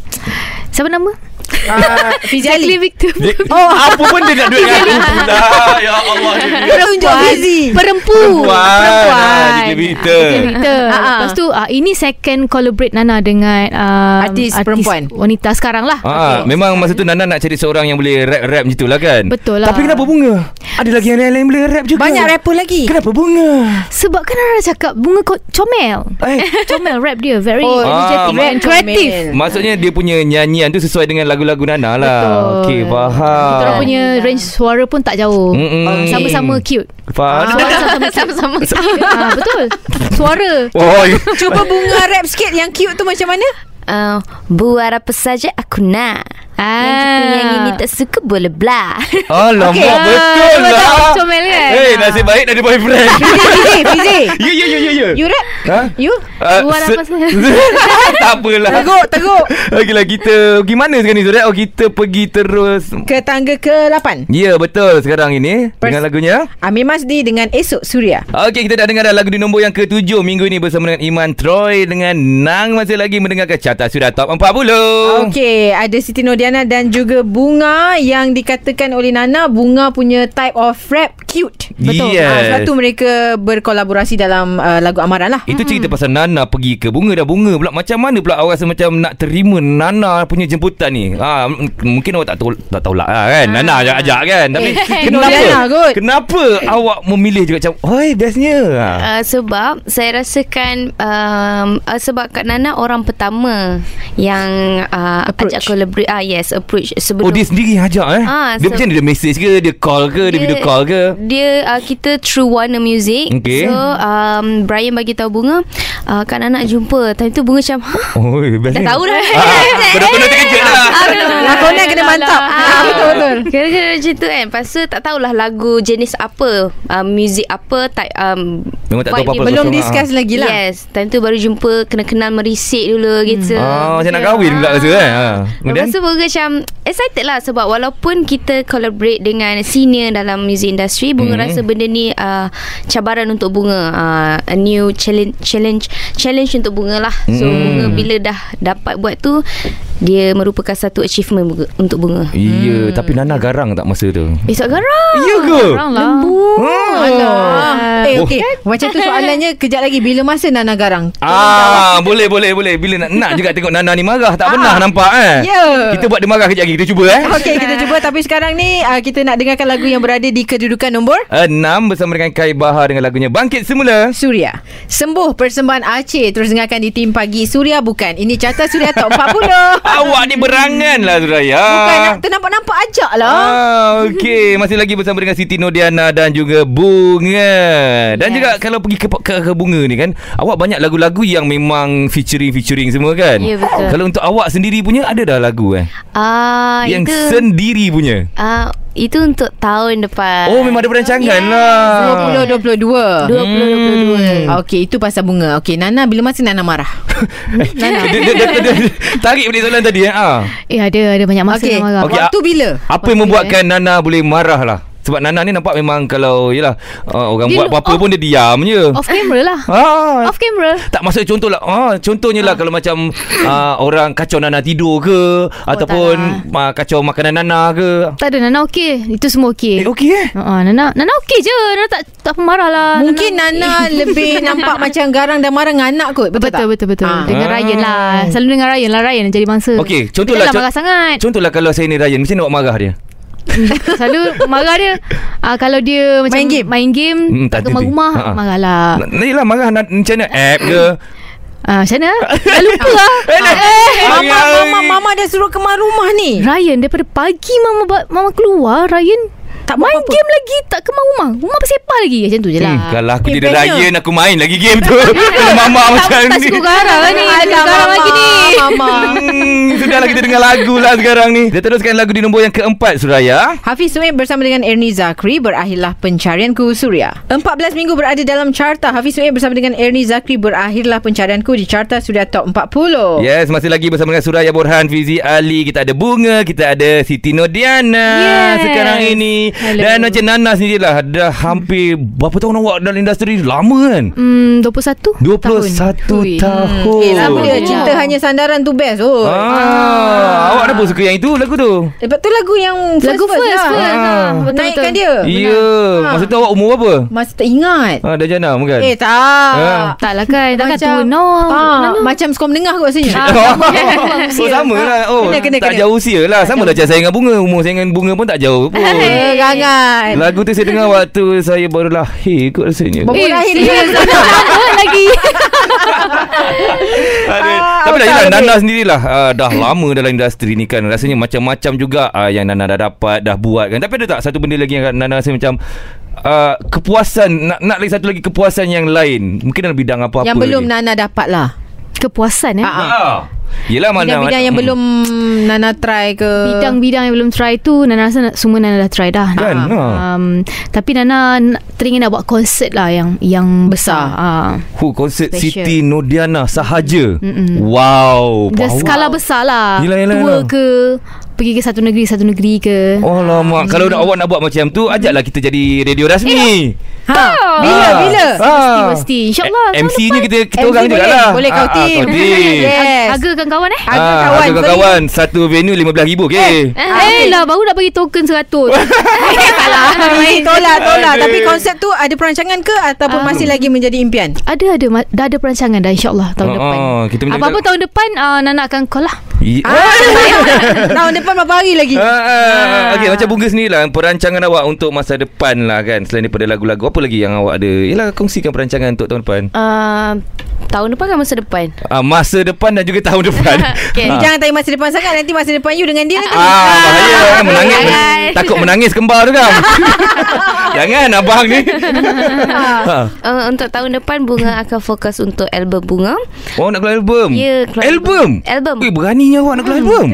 [SPEAKER 3] Siapa nama?
[SPEAKER 2] Ah, Fizi Ali.
[SPEAKER 3] Jacqueline Victor
[SPEAKER 1] Jack,
[SPEAKER 2] Oh.
[SPEAKER 1] oh. Apa pun dia nak duit dengan aku pula Ya Allah
[SPEAKER 2] Kau tunjuk Fizi.
[SPEAKER 3] Perempuan
[SPEAKER 1] Perempuan Jack Victor
[SPEAKER 3] Kita
[SPEAKER 2] Ah, ah.
[SPEAKER 3] Lepas tu uh, Ini second collaborate Nana dengan uh,
[SPEAKER 2] Artis perempuan.
[SPEAKER 3] Wanita sekarang lah
[SPEAKER 1] Ah, okay. Memang masa tu Nana nak cari seorang yang boleh rap-rap macam tu lah kan
[SPEAKER 3] Betul lah.
[SPEAKER 1] Tapi kenapa bunga? Ada lagi yang lain-lain boleh rap juga
[SPEAKER 2] Banyak rapper lagi.
[SPEAKER 1] Kenapa bunga?
[SPEAKER 3] Sebab kan Nana cakap Bunga kau comel
[SPEAKER 1] Eh,
[SPEAKER 3] Comel rap dia Very
[SPEAKER 1] Ah,
[SPEAKER 2] Oh,
[SPEAKER 1] energetic
[SPEAKER 3] rap,
[SPEAKER 2] and
[SPEAKER 3] Kreatif
[SPEAKER 2] comel.
[SPEAKER 1] Maksudnya dia punya nyanyian tu sesuai dengan lagu-lagu Nana lah
[SPEAKER 3] Betul.
[SPEAKER 1] Okey, faham
[SPEAKER 3] Kita orang punya range suara pun tak jauh
[SPEAKER 1] Ah. Mm-mm.
[SPEAKER 3] Sama-sama Ah. cute
[SPEAKER 1] Faham
[SPEAKER 4] Sama-sama
[SPEAKER 3] ah, Betul Suara
[SPEAKER 1] Oh,
[SPEAKER 2] Cuba bunga rap sikit yang cute tu macam mana?
[SPEAKER 4] uh, Buat apa saja aku nak Yang
[SPEAKER 1] Ah.
[SPEAKER 3] Ah.
[SPEAKER 4] kita yang ini tak suka boleh blah
[SPEAKER 1] Alamak
[SPEAKER 2] Okey.
[SPEAKER 1] okay. Betul
[SPEAKER 3] Ah,
[SPEAKER 1] lah
[SPEAKER 3] betul, comel kan?
[SPEAKER 1] Eh hey, nasib baik dah ada boyfriend
[SPEAKER 2] Fizi, Fizi.
[SPEAKER 1] Ya ya ya ya ya
[SPEAKER 2] You rap?
[SPEAKER 1] Ha?
[SPEAKER 2] You?
[SPEAKER 1] Uh,
[SPEAKER 3] Buat
[SPEAKER 1] se-
[SPEAKER 3] apa saja.
[SPEAKER 1] Tak apalah
[SPEAKER 2] Teruk, teruk.
[SPEAKER 1] Okeylah kita Pergi mana sekarang ni Zodiac Oh kita pergi terus
[SPEAKER 2] Ke tangga ke-8.
[SPEAKER 1] Ya betul sekarang ini
[SPEAKER 2] Pers-
[SPEAKER 1] Dengan lagunya
[SPEAKER 2] Amir Masdi dengan Esok Suria.
[SPEAKER 1] Okey kita dah dengar dah lagu di nombor yang ketujuh Minggu ini bersama dengan Iman Troy Dengan Nang Masih lagi mendengarkan Carta Sudah Top 40
[SPEAKER 2] Okey, ada Siti Nodiana dan juga Bunga yang dikatakan oleh Nana Bunga punya type of rap cute.
[SPEAKER 1] Betul.
[SPEAKER 2] Ah,
[SPEAKER 1] Yes.
[SPEAKER 2] sebab tu mereka berkolaborasi dalam uh, lagu Amaran lah.
[SPEAKER 1] Itu cerita pasal Nana pergi ke bunga dah bunga pula macam mana pula awak rasa macam nak terima Nana punya jemputan ni. Ha m- mungkin awak tak tahu tak tolak lah kan. Ha.
[SPEAKER 4] Ah.
[SPEAKER 1] Nana ajak-ajak kan. Tapi kenapa?
[SPEAKER 2] Nana
[SPEAKER 4] lah
[SPEAKER 2] kot.
[SPEAKER 1] kenapa awak memilih juga macam oi bestnya. Ha.
[SPEAKER 4] Uh, sebab saya rasakan um, uh, sebab Kak Nana orang pertama yang uh,
[SPEAKER 2] Approach.
[SPEAKER 4] ajak collaborate ah yes approach sebelum
[SPEAKER 1] Oh dia sendiri yang ajak eh.
[SPEAKER 4] Ah,
[SPEAKER 1] dia
[SPEAKER 4] so-
[SPEAKER 1] macam mana? dia message ke dia call ke dia, video call ke?
[SPEAKER 4] Dia uh, kita through Warner Music.
[SPEAKER 1] Okey.
[SPEAKER 4] So um, Brian bagi tahu bunga uh, Kak Nana jumpa. Time tu bunga macam ha
[SPEAKER 1] Oi
[SPEAKER 4] dah
[SPEAKER 1] bestnya.
[SPEAKER 4] tahu dah.
[SPEAKER 1] Ah, Benar-benar terkejut lah.
[SPEAKER 2] Lakonan kena mantap. Ah,
[SPEAKER 4] lah.
[SPEAKER 2] betul betul.
[SPEAKER 4] Kira-kira macam tu kan Lepas tu tak tahulah lagu jenis apa uh, Music apa type, um,
[SPEAKER 1] Memang tak tahu
[SPEAKER 4] vibe
[SPEAKER 1] apa-apa
[SPEAKER 4] dia.
[SPEAKER 2] Belum
[SPEAKER 1] Kosong,
[SPEAKER 2] discuss lagi lah.
[SPEAKER 4] Yes Time tu baru jumpa Kena kenal merisik
[SPEAKER 2] Hmm.
[SPEAKER 4] dulu gitu
[SPEAKER 1] Ah macam nak kahwin pula rasa kan. Ha. Kemudian
[SPEAKER 4] Lepas tu Bunga macam Excited lah Sebab walaupun kita Collaborate dengan senior Dalam music industry Bunga
[SPEAKER 1] Hmm.
[SPEAKER 4] rasa benda ni uh, Cabaran untuk Bunga uh, A new challenge Challenge Challenge untuk Bunga lah So
[SPEAKER 1] Hmm.
[SPEAKER 4] Bunga bila dah Dapat buat tu Dia merupakan satu achievement bunga, Untuk Bunga
[SPEAKER 1] Iya
[SPEAKER 4] Hmm.
[SPEAKER 1] tapi Nana garang tak masa tu.
[SPEAKER 4] Eh tak garang
[SPEAKER 1] Ya ke?
[SPEAKER 3] Orang lah
[SPEAKER 2] Alah. Eh
[SPEAKER 1] Hmm. Oh.
[SPEAKER 2] okey, macam tu soalannya kejap lagi bila masa Nana garang?
[SPEAKER 1] Ah, boleh boleh boleh. Bila nak nak juga tengok Nana ni marah, tak pernah nampak eh.
[SPEAKER 2] Ya.
[SPEAKER 1] Kita buat dia marah kejap lagi. Kita cuba eh.
[SPEAKER 2] Okey, kita cuba tapi sekarang ni uh, kita nak dengarkan lagu yang berada di kedudukan nombor
[SPEAKER 1] Enam bersama dengan Kai Bahar dengan lagunya Bangkit Semula.
[SPEAKER 2] Suria. Sembuh persembahan Aceh terus dengarkan di tim pagi Suria bukan. Ini carta Suria top 40.
[SPEAKER 1] Awak ni berangan lah Suraya.
[SPEAKER 2] Bukan nak ternampak-nampak ajak lah.
[SPEAKER 1] Ah, okey. Masih lagi bersama dengan Siti Nodiana dan juga Bunga. Dan yes. juga kalau pergi ke, ke, ke Bunga ni kan, awak banyak lagu-lagu yang memang featuring-featuring semua kan?
[SPEAKER 4] Ya, betul.
[SPEAKER 1] Kalau untuk awak sendiri punya ada dah lagu eh?
[SPEAKER 4] Ah,
[SPEAKER 1] yang
[SPEAKER 4] itu,
[SPEAKER 1] sendiri punya.
[SPEAKER 4] ah, Itu untuk tahun depan
[SPEAKER 1] Oh, memang ada perancangan lah.
[SPEAKER 2] 2022.
[SPEAKER 4] 2022
[SPEAKER 1] Hmm.
[SPEAKER 2] Okey, itu pasal bunga. Okey, Nana bila masa Nana marah?
[SPEAKER 1] Nana. dia, dia, dia, dia, dia, tarik balik soalan tadi eh. Ah.
[SPEAKER 3] Eh ada Ada banyak masa
[SPEAKER 2] Okey,
[SPEAKER 3] dia marah.
[SPEAKER 1] Okey,
[SPEAKER 2] waktu
[SPEAKER 1] ah-
[SPEAKER 2] bila?
[SPEAKER 1] Apa yang membuatkan Nana boleh marah lah Sebab Nana ni nampak memang kalau Yelah uh, Orang
[SPEAKER 3] Dia
[SPEAKER 1] buat
[SPEAKER 3] look
[SPEAKER 1] apa-apa
[SPEAKER 3] off.
[SPEAKER 1] pun dia diam je
[SPEAKER 3] Off camera lah
[SPEAKER 1] ah,
[SPEAKER 3] Off camera
[SPEAKER 1] Tak maksud contoh lah ah, Contohnya lah Kalau macam ah, Orang kacau Nana tidur
[SPEAKER 3] Oh,
[SPEAKER 1] ke Ataupun ah,
[SPEAKER 3] lah.
[SPEAKER 1] Kacau makanan Nana ke
[SPEAKER 3] Tak ada Nana okey Itu semua
[SPEAKER 1] Eh
[SPEAKER 3] okey
[SPEAKER 1] okey eh
[SPEAKER 3] Uh, Nana Nana okey je Nana tak tak pemarah lah
[SPEAKER 2] Mungkin Nana lebih nampak macam garang dan marah dengan anak kot. Betul, tak?
[SPEAKER 3] Betul betul betul, betul.
[SPEAKER 2] Ah.
[SPEAKER 3] Dengan
[SPEAKER 1] Ah.
[SPEAKER 3] Ryan lah Selalu dengan Ryan lah Ryan yang jadi bangsa
[SPEAKER 1] Okey, lah
[SPEAKER 3] Kita
[SPEAKER 1] contohlah
[SPEAKER 3] tak marah sangat
[SPEAKER 1] Contohlah kalau saya ni Ryan Macam mana awak marah dia
[SPEAKER 3] Selalu marah dia uh, Kalau dia macam
[SPEAKER 2] Main game?
[SPEAKER 3] Main game
[SPEAKER 1] Hmm, tak ada
[SPEAKER 3] tak keluar
[SPEAKER 1] dia.
[SPEAKER 3] rumah
[SPEAKER 1] Ha, ha.
[SPEAKER 3] Marah lah
[SPEAKER 1] uh. Yelah marah na- Macam mana app ke
[SPEAKER 3] Ah, Macam mana Dah lupa lah
[SPEAKER 1] Eh, nak-
[SPEAKER 2] Mama,
[SPEAKER 1] Hari-
[SPEAKER 2] mama, mama dah suruh kemas rumah ni.
[SPEAKER 3] Ryan daripada pagi mama ba- mama keluar Ryan
[SPEAKER 2] Tak
[SPEAKER 3] tak
[SPEAKER 2] buat
[SPEAKER 3] main
[SPEAKER 2] apa-apa.
[SPEAKER 3] game lagi tak kemar rumah rumah bersepah lagi macam tu je lah
[SPEAKER 1] Hmm, kalau aku
[SPEAKER 2] Eh,
[SPEAKER 1] jadi
[SPEAKER 2] bestnya.
[SPEAKER 1] Ryan Aku main lagi game tu Kalau mama
[SPEAKER 3] tak
[SPEAKER 1] macam
[SPEAKER 3] tak
[SPEAKER 1] ni
[SPEAKER 3] suka garang lah ni ada garang lagi ni
[SPEAKER 2] Mama.
[SPEAKER 1] Hmm, sudahlah kita dengar lagu lah sekarang ni. Kita teruskan lagu di nombor yang keempat Suraya.
[SPEAKER 2] Hafiz Suhaib bersama dengan Ernie Zakri berakhirlah pencarianku Suria. 14 minggu berada dalam carta. Hafiz Suhaib bersama dengan Ernie Zakri berakhirlah pencarianku di carta sudah top 40.
[SPEAKER 1] Yes, masih lagi bersama dengan Suraya Borhan, Fizi Ali, kita ada Bunga, kita ada Siti Nodiana
[SPEAKER 3] Yes.
[SPEAKER 1] sekarang ini. Dan macam Nana sendiri lah Dah hampir Berapa tahun awak dalam industri Lama kan
[SPEAKER 3] Hmm,
[SPEAKER 1] 21
[SPEAKER 3] 21
[SPEAKER 1] tahun, Hmm.
[SPEAKER 3] Ui.
[SPEAKER 1] tahun.
[SPEAKER 2] Eh, lama
[SPEAKER 3] Oh.
[SPEAKER 2] dia. Cinta hanya sandaran tu best. Oh. Eh,
[SPEAKER 1] ah, Awak dah pun suka yang itu lagu tu
[SPEAKER 2] Lepas tu lagu yang first
[SPEAKER 3] Lagu first, first,
[SPEAKER 2] lah.
[SPEAKER 1] Ah.
[SPEAKER 3] lah. Betul,
[SPEAKER 2] Naikkan
[SPEAKER 3] betul.
[SPEAKER 2] dia.
[SPEAKER 1] Ya yeah. Masa tu awak umur berapa?
[SPEAKER 2] Masa tak ingat.
[SPEAKER 1] Ah, dah jana bukan?
[SPEAKER 2] Eh, tak.
[SPEAKER 1] Ah.
[SPEAKER 3] Tak lah kan Takkan tu No
[SPEAKER 2] ah,
[SPEAKER 3] no, no.
[SPEAKER 2] Macam sekolah menengah kot rasanya.
[SPEAKER 1] oh sama lah oh,
[SPEAKER 2] Kena, kena,
[SPEAKER 1] Tak
[SPEAKER 2] kena.
[SPEAKER 1] jauh usia lah Sama lah macam saya dengan bunga Umur saya dengan bunga pun tak jauh pun
[SPEAKER 2] Eh, Rangan.
[SPEAKER 1] Lagu tu saya dengar waktu Saya baru lahir kot rasanya
[SPEAKER 2] Baru-
[SPEAKER 3] Eh,
[SPEAKER 2] lahir dia.
[SPEAKER 3] serius Lama lagi
[SPEAKER 1] Aduh.
[SPEAKER 2] Ah,
[SPEAKER 1] Tapi dah
[SPEAKER 2] tak
[SPEAKER 1] jelas
[SPEAKER 2] boleh.
[SPEAKER 1] Nana sendirilah uh, Dah lama dalam industri ni kan Rasanya macam-macam juga uh, Yang Nana dah dapat Dah buat kan Tapi ada tak satu benda lagi Yang Nana rasa macam uh, Kepuasan nak, nak lagi satu lagi kepuasan yang lain Mungkin dalam bidang apa-apa
[SPEAKER 2] Yang belum
[SPEAKER 1] lagi.
[SPEAKER 2] Nana dapat lah.
[SPEAKER 3] Kepuasan eh
[SPEAKER 2] Ah, ah.
[SPEAKER 1] Ah. Yelah mana
[SPEAKER 2] Bidang-bidang yang
[SPEAKER 1] Hmm.
[SPEAKER 2] belum Nana try ke.
[SPEAKER 1] Uh.
[SPEAKER 3] Bidang-bidang yang belum try tu Nana rasa nak- semua Nana dah try dah
[SPEAKER 1] Kan,
[SPEAKER 3] Ah.
[SPEAKER 1] ha.
[SPEAKER 3] um, Tapi Nana n- teringin nak buat konsert lah Yang yang besar uh,
[SPEAKER 1] Who konsert
[SPEAKER 3] Special.
[SPEAKER 1] Siti Nodiana sahaja.
[SPEAKER 3] Mm-mm.
[SPEAKER 1] Wow.
[SPEAKER 3] Dia skala besar
[SPEAKER 1] Oh,
[SPEAKER 3] lah
[SPEAKER 1] Yelah, yelah,
[SPEAKER 3] Tour
[SPEAKER 1] yelah.
[SPEAKER 3] ke Pergi ke satu negeri Satu negeri ke
[SPEAKER 1] Oh lama. Kalau nak awak nak buat macam tu, ajaklah kita jadi radio rasmi.
[SPEAKER 2] Ha. Bila,
[SPEAKER 1] Ah.
[SPEAKER 2] bila?
[SPEAKER 1] Ah.
[SPEAKER 3] Mesti mesti InsyaAllah
[SPEAKER 1] Eh, MC-nya kita kita
[SPEAKER 2] MC
[SPEAKER 1] orang je
[SPEAKER 2] boleh.
[SPEAKER 1] lah.
[SPEAKER 2] Boleh kau
[SPEAKER 1] Ah, ah,
[SPEAKER 2] team.
[SPEAKER 1] Kau team.
[SPEAKER 2] Yes.
[SPEAKER 3] Harga kan kawan eh
[SPEAKER 1] Ah.
[SPEAKER 2] Harga kawan,
[SPEAKER 1] harga
[SPEAKER 2] beli.
[SPEAKER 1] kawan satu venue RM15,000 okey.
[SPEAKER 3] Eh lah baru dah bagi token 100 Tak lah
[SPEAKER 2] Eh, tolak, tolak.
[SPEAKER 1] Aduh.
[SPEAKER 2] Tapi konsep tu ada perancangan ke ataupun
[SPEAKER 3] Ah.
[SPEAKER 2] masih lagi menjadi impian?
[SPEAKER 3] Ada ada ma- dah ada perancangan dah insyaallah tahun
[SPEAKER 1] Ah,
[SPEAKER 3] depan.
[SPEAKER 1] ah, kita menjaga-
[SPEAKER 3] Apa-apa tahun depan uh, Nana akan call lah.
[SPEAKER 1] Ye-
[SPEAKER 2] Ah, Tahun depan berapa hari lagi?
[SPEAKER 1] Ah, ah, ah. Okey macam bunga sendirilah perancangan awak untuk masa depan lah kan selain daripada lagu-lagu apa lagi yang awak ada? Yalah kongsikan perancangan untuk tahun depan.
[SPEAKER 4] Uh, tahun depan kan masa depan
[SPEAKER 1] Ah, masa depan dan juga tahun depan.
[SPEAKER 4] Okey.
[SPEAKER 1] Ah.
[SPEAKER 2] Jangan tanya masa depan sangat Nanti masa depan you dengan dia nanti
[SPEAKER 1] Ah, bahaya kan menangis.
[SPEAKER 4] Jangan.
[SPEAKER 1] Takut menangis kembar tu kan. Jangan abang ni. ha.
[SPEAKER 4] uh, Untuk tahun depan Bunga
[SPEAKER 1] Hmm.
[SPEAKER 4] akan fokus untuk album Bunga
[SPEAKER 1] Oh nak keluar album.
[SPEAKER 4] Ya, keluar
[SPEAKER 1] album.
[SPEAKER 4] album.
[SPEAKER 1] Weh, Eh, beraninya awak nak keluar
[SPEAKER 3] Hmm.
[SPEAKER 1] album.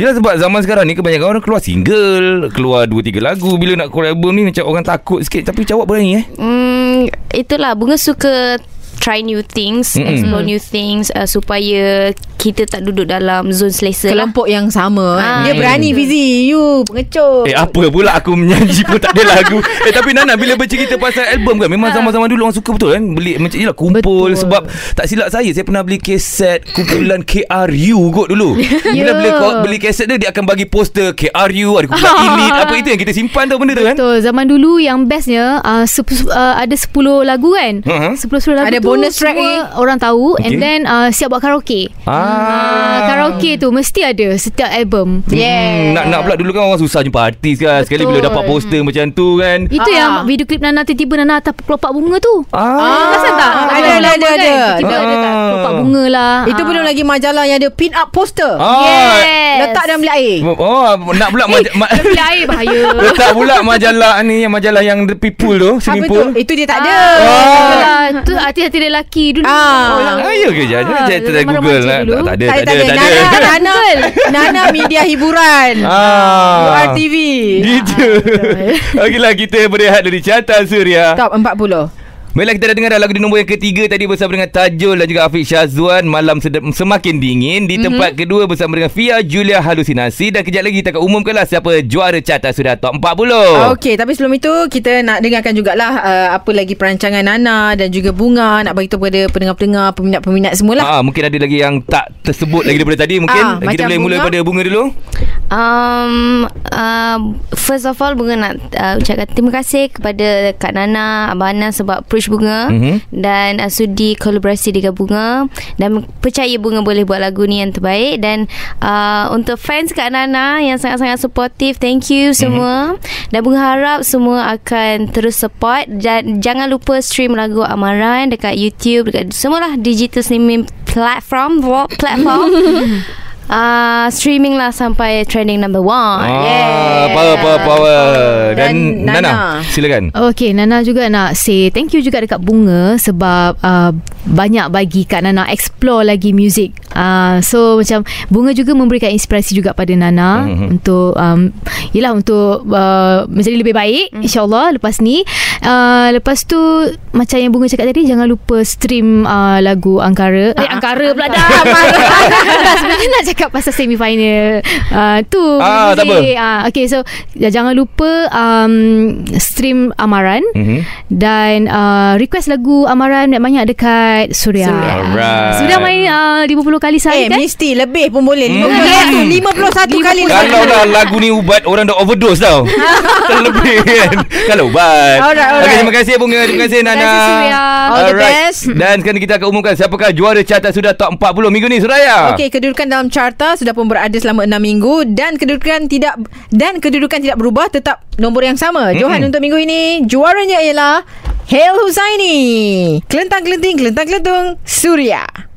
[SPEAKER 1] Yalah sebab zaman sekarang ni kebanyakan orang keluar single, keluar 2 3 lagu. Bila nak keluar album ni macam orang takut sikit tapi macam awak berani eh.
[SPEAKER 4] Hmm, itulah bunga suka try new things,
[SPEAKER 1] Mm-mm.
[SPEAKER 4] mm-hmm. explore new things uh, supaya kita tak duduk dalam zon selesa. lah.
[SPEAKER 2] Kelompok yang sama kan?
[SPEAKER 4] Ah,
[SPEAKER 2] Dia berani Fizi You
[SPEAKER 3] Oh.
[SPEAKER 2] pengecut
[SPEAKER 1] Hmm. Eh apa pula aku menyanyi pun tak ada lagu. Eh tapi Nana bila bercerita pasal album kan memang zaman-zaman dulu orang suka betul kan beli macam yalah kumpul betul.
[SPEAKER 3] Ha. Betul.
[SPEAKER 1] sebab tak silap saya saya pernah beli kaset kumpulan KRU kot dulu. Bila
[SPEAKER 3] Ya.
[SPEAKER 1] beli ko- beli kaset dia dia akan bagi poster KRU ada kumpulan elite apa itu yang kita simpan tau benda tu kan.
[SPEAKER 3] Betul zaman dulu yang bestnya uh, sep- uh, ada 10 lagu kan.
[SPEAKER 1] Ha, ha.
[SPEAKER 3] 10 10 lagu
[SPEAKER 2] Ada
[SPEAKER 3] tu
[SPEAKER 2] bonus track
[SPEAKER 3] semua
[SPEAKER 2] lagi.
[SPEAKER 3] orang tahu okay. and
[SPEAKER 1] Okey. Ah.
[SPEAKER 3] then uh, siap buat karaoke. Uh, karaoke tu mesti ada setiap album.
[SPEAKER 1] Yeah. Nak nak pula dulu kan orang susah jumpa artis kan. Sekali bila
[SPEAKER 3] Betul.
[SPEAKER 1] dapat poster macam tu kan.
[SPEAKER 3] Itu
[SPEAKER 2] Ah.
[SPEAKER 3] yang video klip Nana tiba-tiba Nana atas kelopak bunga tu.
[SPEAKER 1] Ah.
[SPEAKER 2] Perasan tak? Ada, ada, ada, ada.
[SPEAKER 3] Tiba-tiba ada tak
[SPEAKER 1] Ah.
[SPEAKER 3] kelopak bunga lah.
[SPEAKER 2] Hmm. Itu
[SPEAKER 3] Ah.
[SPEAKER 2] belum lagi majalah Yang ada pin up poster
[SPEAKER 1] Ah.
[SPEAKER 3] Yes.
[SPEAKER 2] Letak dalam bilik air
[SPEAKER 1] Oh, nak pula ma- ma-
[SPEAKER 3] Lebih air bahaya.
[SPEAKER 1] letak pula majalah ni yang majalah yang the people tu,
[SPEAKER 2] Apa
[SPEAKER 1] swimming
[SPEAKER 2] tu? Eh,
[SPEAKER 1] pool.
[SPEAKER 2] Itu dia tak ada
[SPEAKER 3] Ah, Itu hati-hati dia lelaki dulu.
[SPEAKER 2] Ah.
[SPEAKER 1] Ah, ya ke jangan jangan
[SPEAKER 3] zaman
[SPEAKER 1] try Google
[SPEAKER 3] remaja
[SPEAKER 1] lah.
[SPEAKER 3] dulu.
[SPEAKER 1] Tak, tak ada,
[SPEAKER 2] Saya
[SPEAKER 1] tak ada, tak ada.
[SPEAKER 2] Nana, Nana, Nana media hiburan
[SPEAKER 1] Ah.
[SPEAKER 2] URTV
[SPEAKER 1] Gitu. Okeylah kita berehat dari carta suria.
[SPEAKER 2] Top 40
[SPEAKER 1] Baiklah kita dah dengar dah lagu di nombor yang ketiga tadi bersama dengan Tajul dan juga Afiq Syazwan Malam sedap, semakin dingin Di tempat mm-hmm. kedua bersama dengan Fia Julia Halusinasi Dan kejap lagi kita akan umumkan lah siapa juara carta sudah top 40
[SPEAKER 2] Ah, Okey, tapi sebelum itu kita nak dengarkan jugalah uh, apa lagi perancangan Nana dan juga Bunga nak bagi tahu kepada pendengar-pendengar, peminat-peminat semualah. Eh,
[SPEAKER 1] Ah, mungkin ada lagi yang tak tersebut lagi daripada tadi Mungkin
[SPEAKER 2] Lah. Ah,
[SPEAKER 1] ah, kita
[SPEAKER 2] macam
[SPEAKER 1] boleh mula
[SPEAKER 2] bunga.
[SPEAKER 1] daripada bunga dulu
[SPEAKER 4] Um, uh, first of all bunga nak uh, ucapkan terima kasih kepada Kak Nana, Abang Anas sebab push bunga
[SPEAKER 1] Mhm.
[SPEAKER 4] mm-hmm. dan uh, sudi kolaborasi dengan bunga dan percaya bunga boleh buat lagu ni yang terbaik dan uh, untuk fans Kak Nana yang sangat-sangat supportive, thank you semua. Mm-hmm. Dan bunga harap semua akan terus support dan jangan lupa stream lagu Amaran dekat YouTube dekat semualah digital streaming platform platform. Ah, uh, streaming lah sampai trending number one.
[SPEAKER 1] ah, Power, power, power Dan, Nana,
[SPEAKER 2] Dan Nana.
[SPEAKER 1] silakan
[SPEAKER 3] Okay, Nana juga nak say thank you juga dekat Bunga sebab uh, banyak bagi Kak Nana explore lagi music Uh, so macam bunga juga memberikan inspirasi juga pada
[SPEAKER 1] Mhm.
[SPEAKER 3] Nana mm-hmm. untuk um, yalah untuk uh, menjadi lebih baik mm. insyaallah lepas ni. Uh, lepas tu macam yang bunga cakap tadi jangan lupa stream uh, lagu Angkara. Eh Angkara pula dah. Marah. Sebenarnya nak cakap pasal semi final uh, tu.
[SPEAKER 1] Ah, tak apa.
[SPEAKER 3] Uh, okay so j- jangan lupa um, stream Amaran
[SPEAKER 1] Mhm.
[SPEAKER 3] dan uh, request lagu Amaran banyak-banyak dekat Suria.
[SPEAKER 2] Suria.
[SPEAKER 1] Alright.
[SPEAKER 3] Sudah main uh, 50 kali sehari
[SPEAKER 2] Eh,
[SPEAKER 3] kan?
[SPEAKER 2] mesti lebih pun boleh.
[SPEAKER 1] Hmm.
[SPEAKER 2] 51, 51 kali.
[SPEAKER 1] Kalau lah lagu ni ubat Orang dah overdose tau Terlebih kan Kalau ubat
[SPEAKER 2] Alright, alright.
[SPEAKER 1] Okay, terima kasih Bunga Terima kasih Nana
[SPEAKER 3] kasih, Surya.
[SPEAKER 2] All the
[SPEAKER 1] Alright.
[SPEAKER 2] best.
[SPEAKER 1] Dan sekarang kita akan umumkan Siapakah juara carta sudah top 40 minggu ni Suraya
[SPEAKER 2] Okey, kedudukan dalam carta sudah pun berada selama 6 minggu dan kedudukan tidak dan kedudukan tidak berubah tetap nombor yang sama. Mm-hmm. Johan untuk minggu ini juaranya ialah Hail Husaini. Kelentang-kelenting, kelentang-kelentung Suria.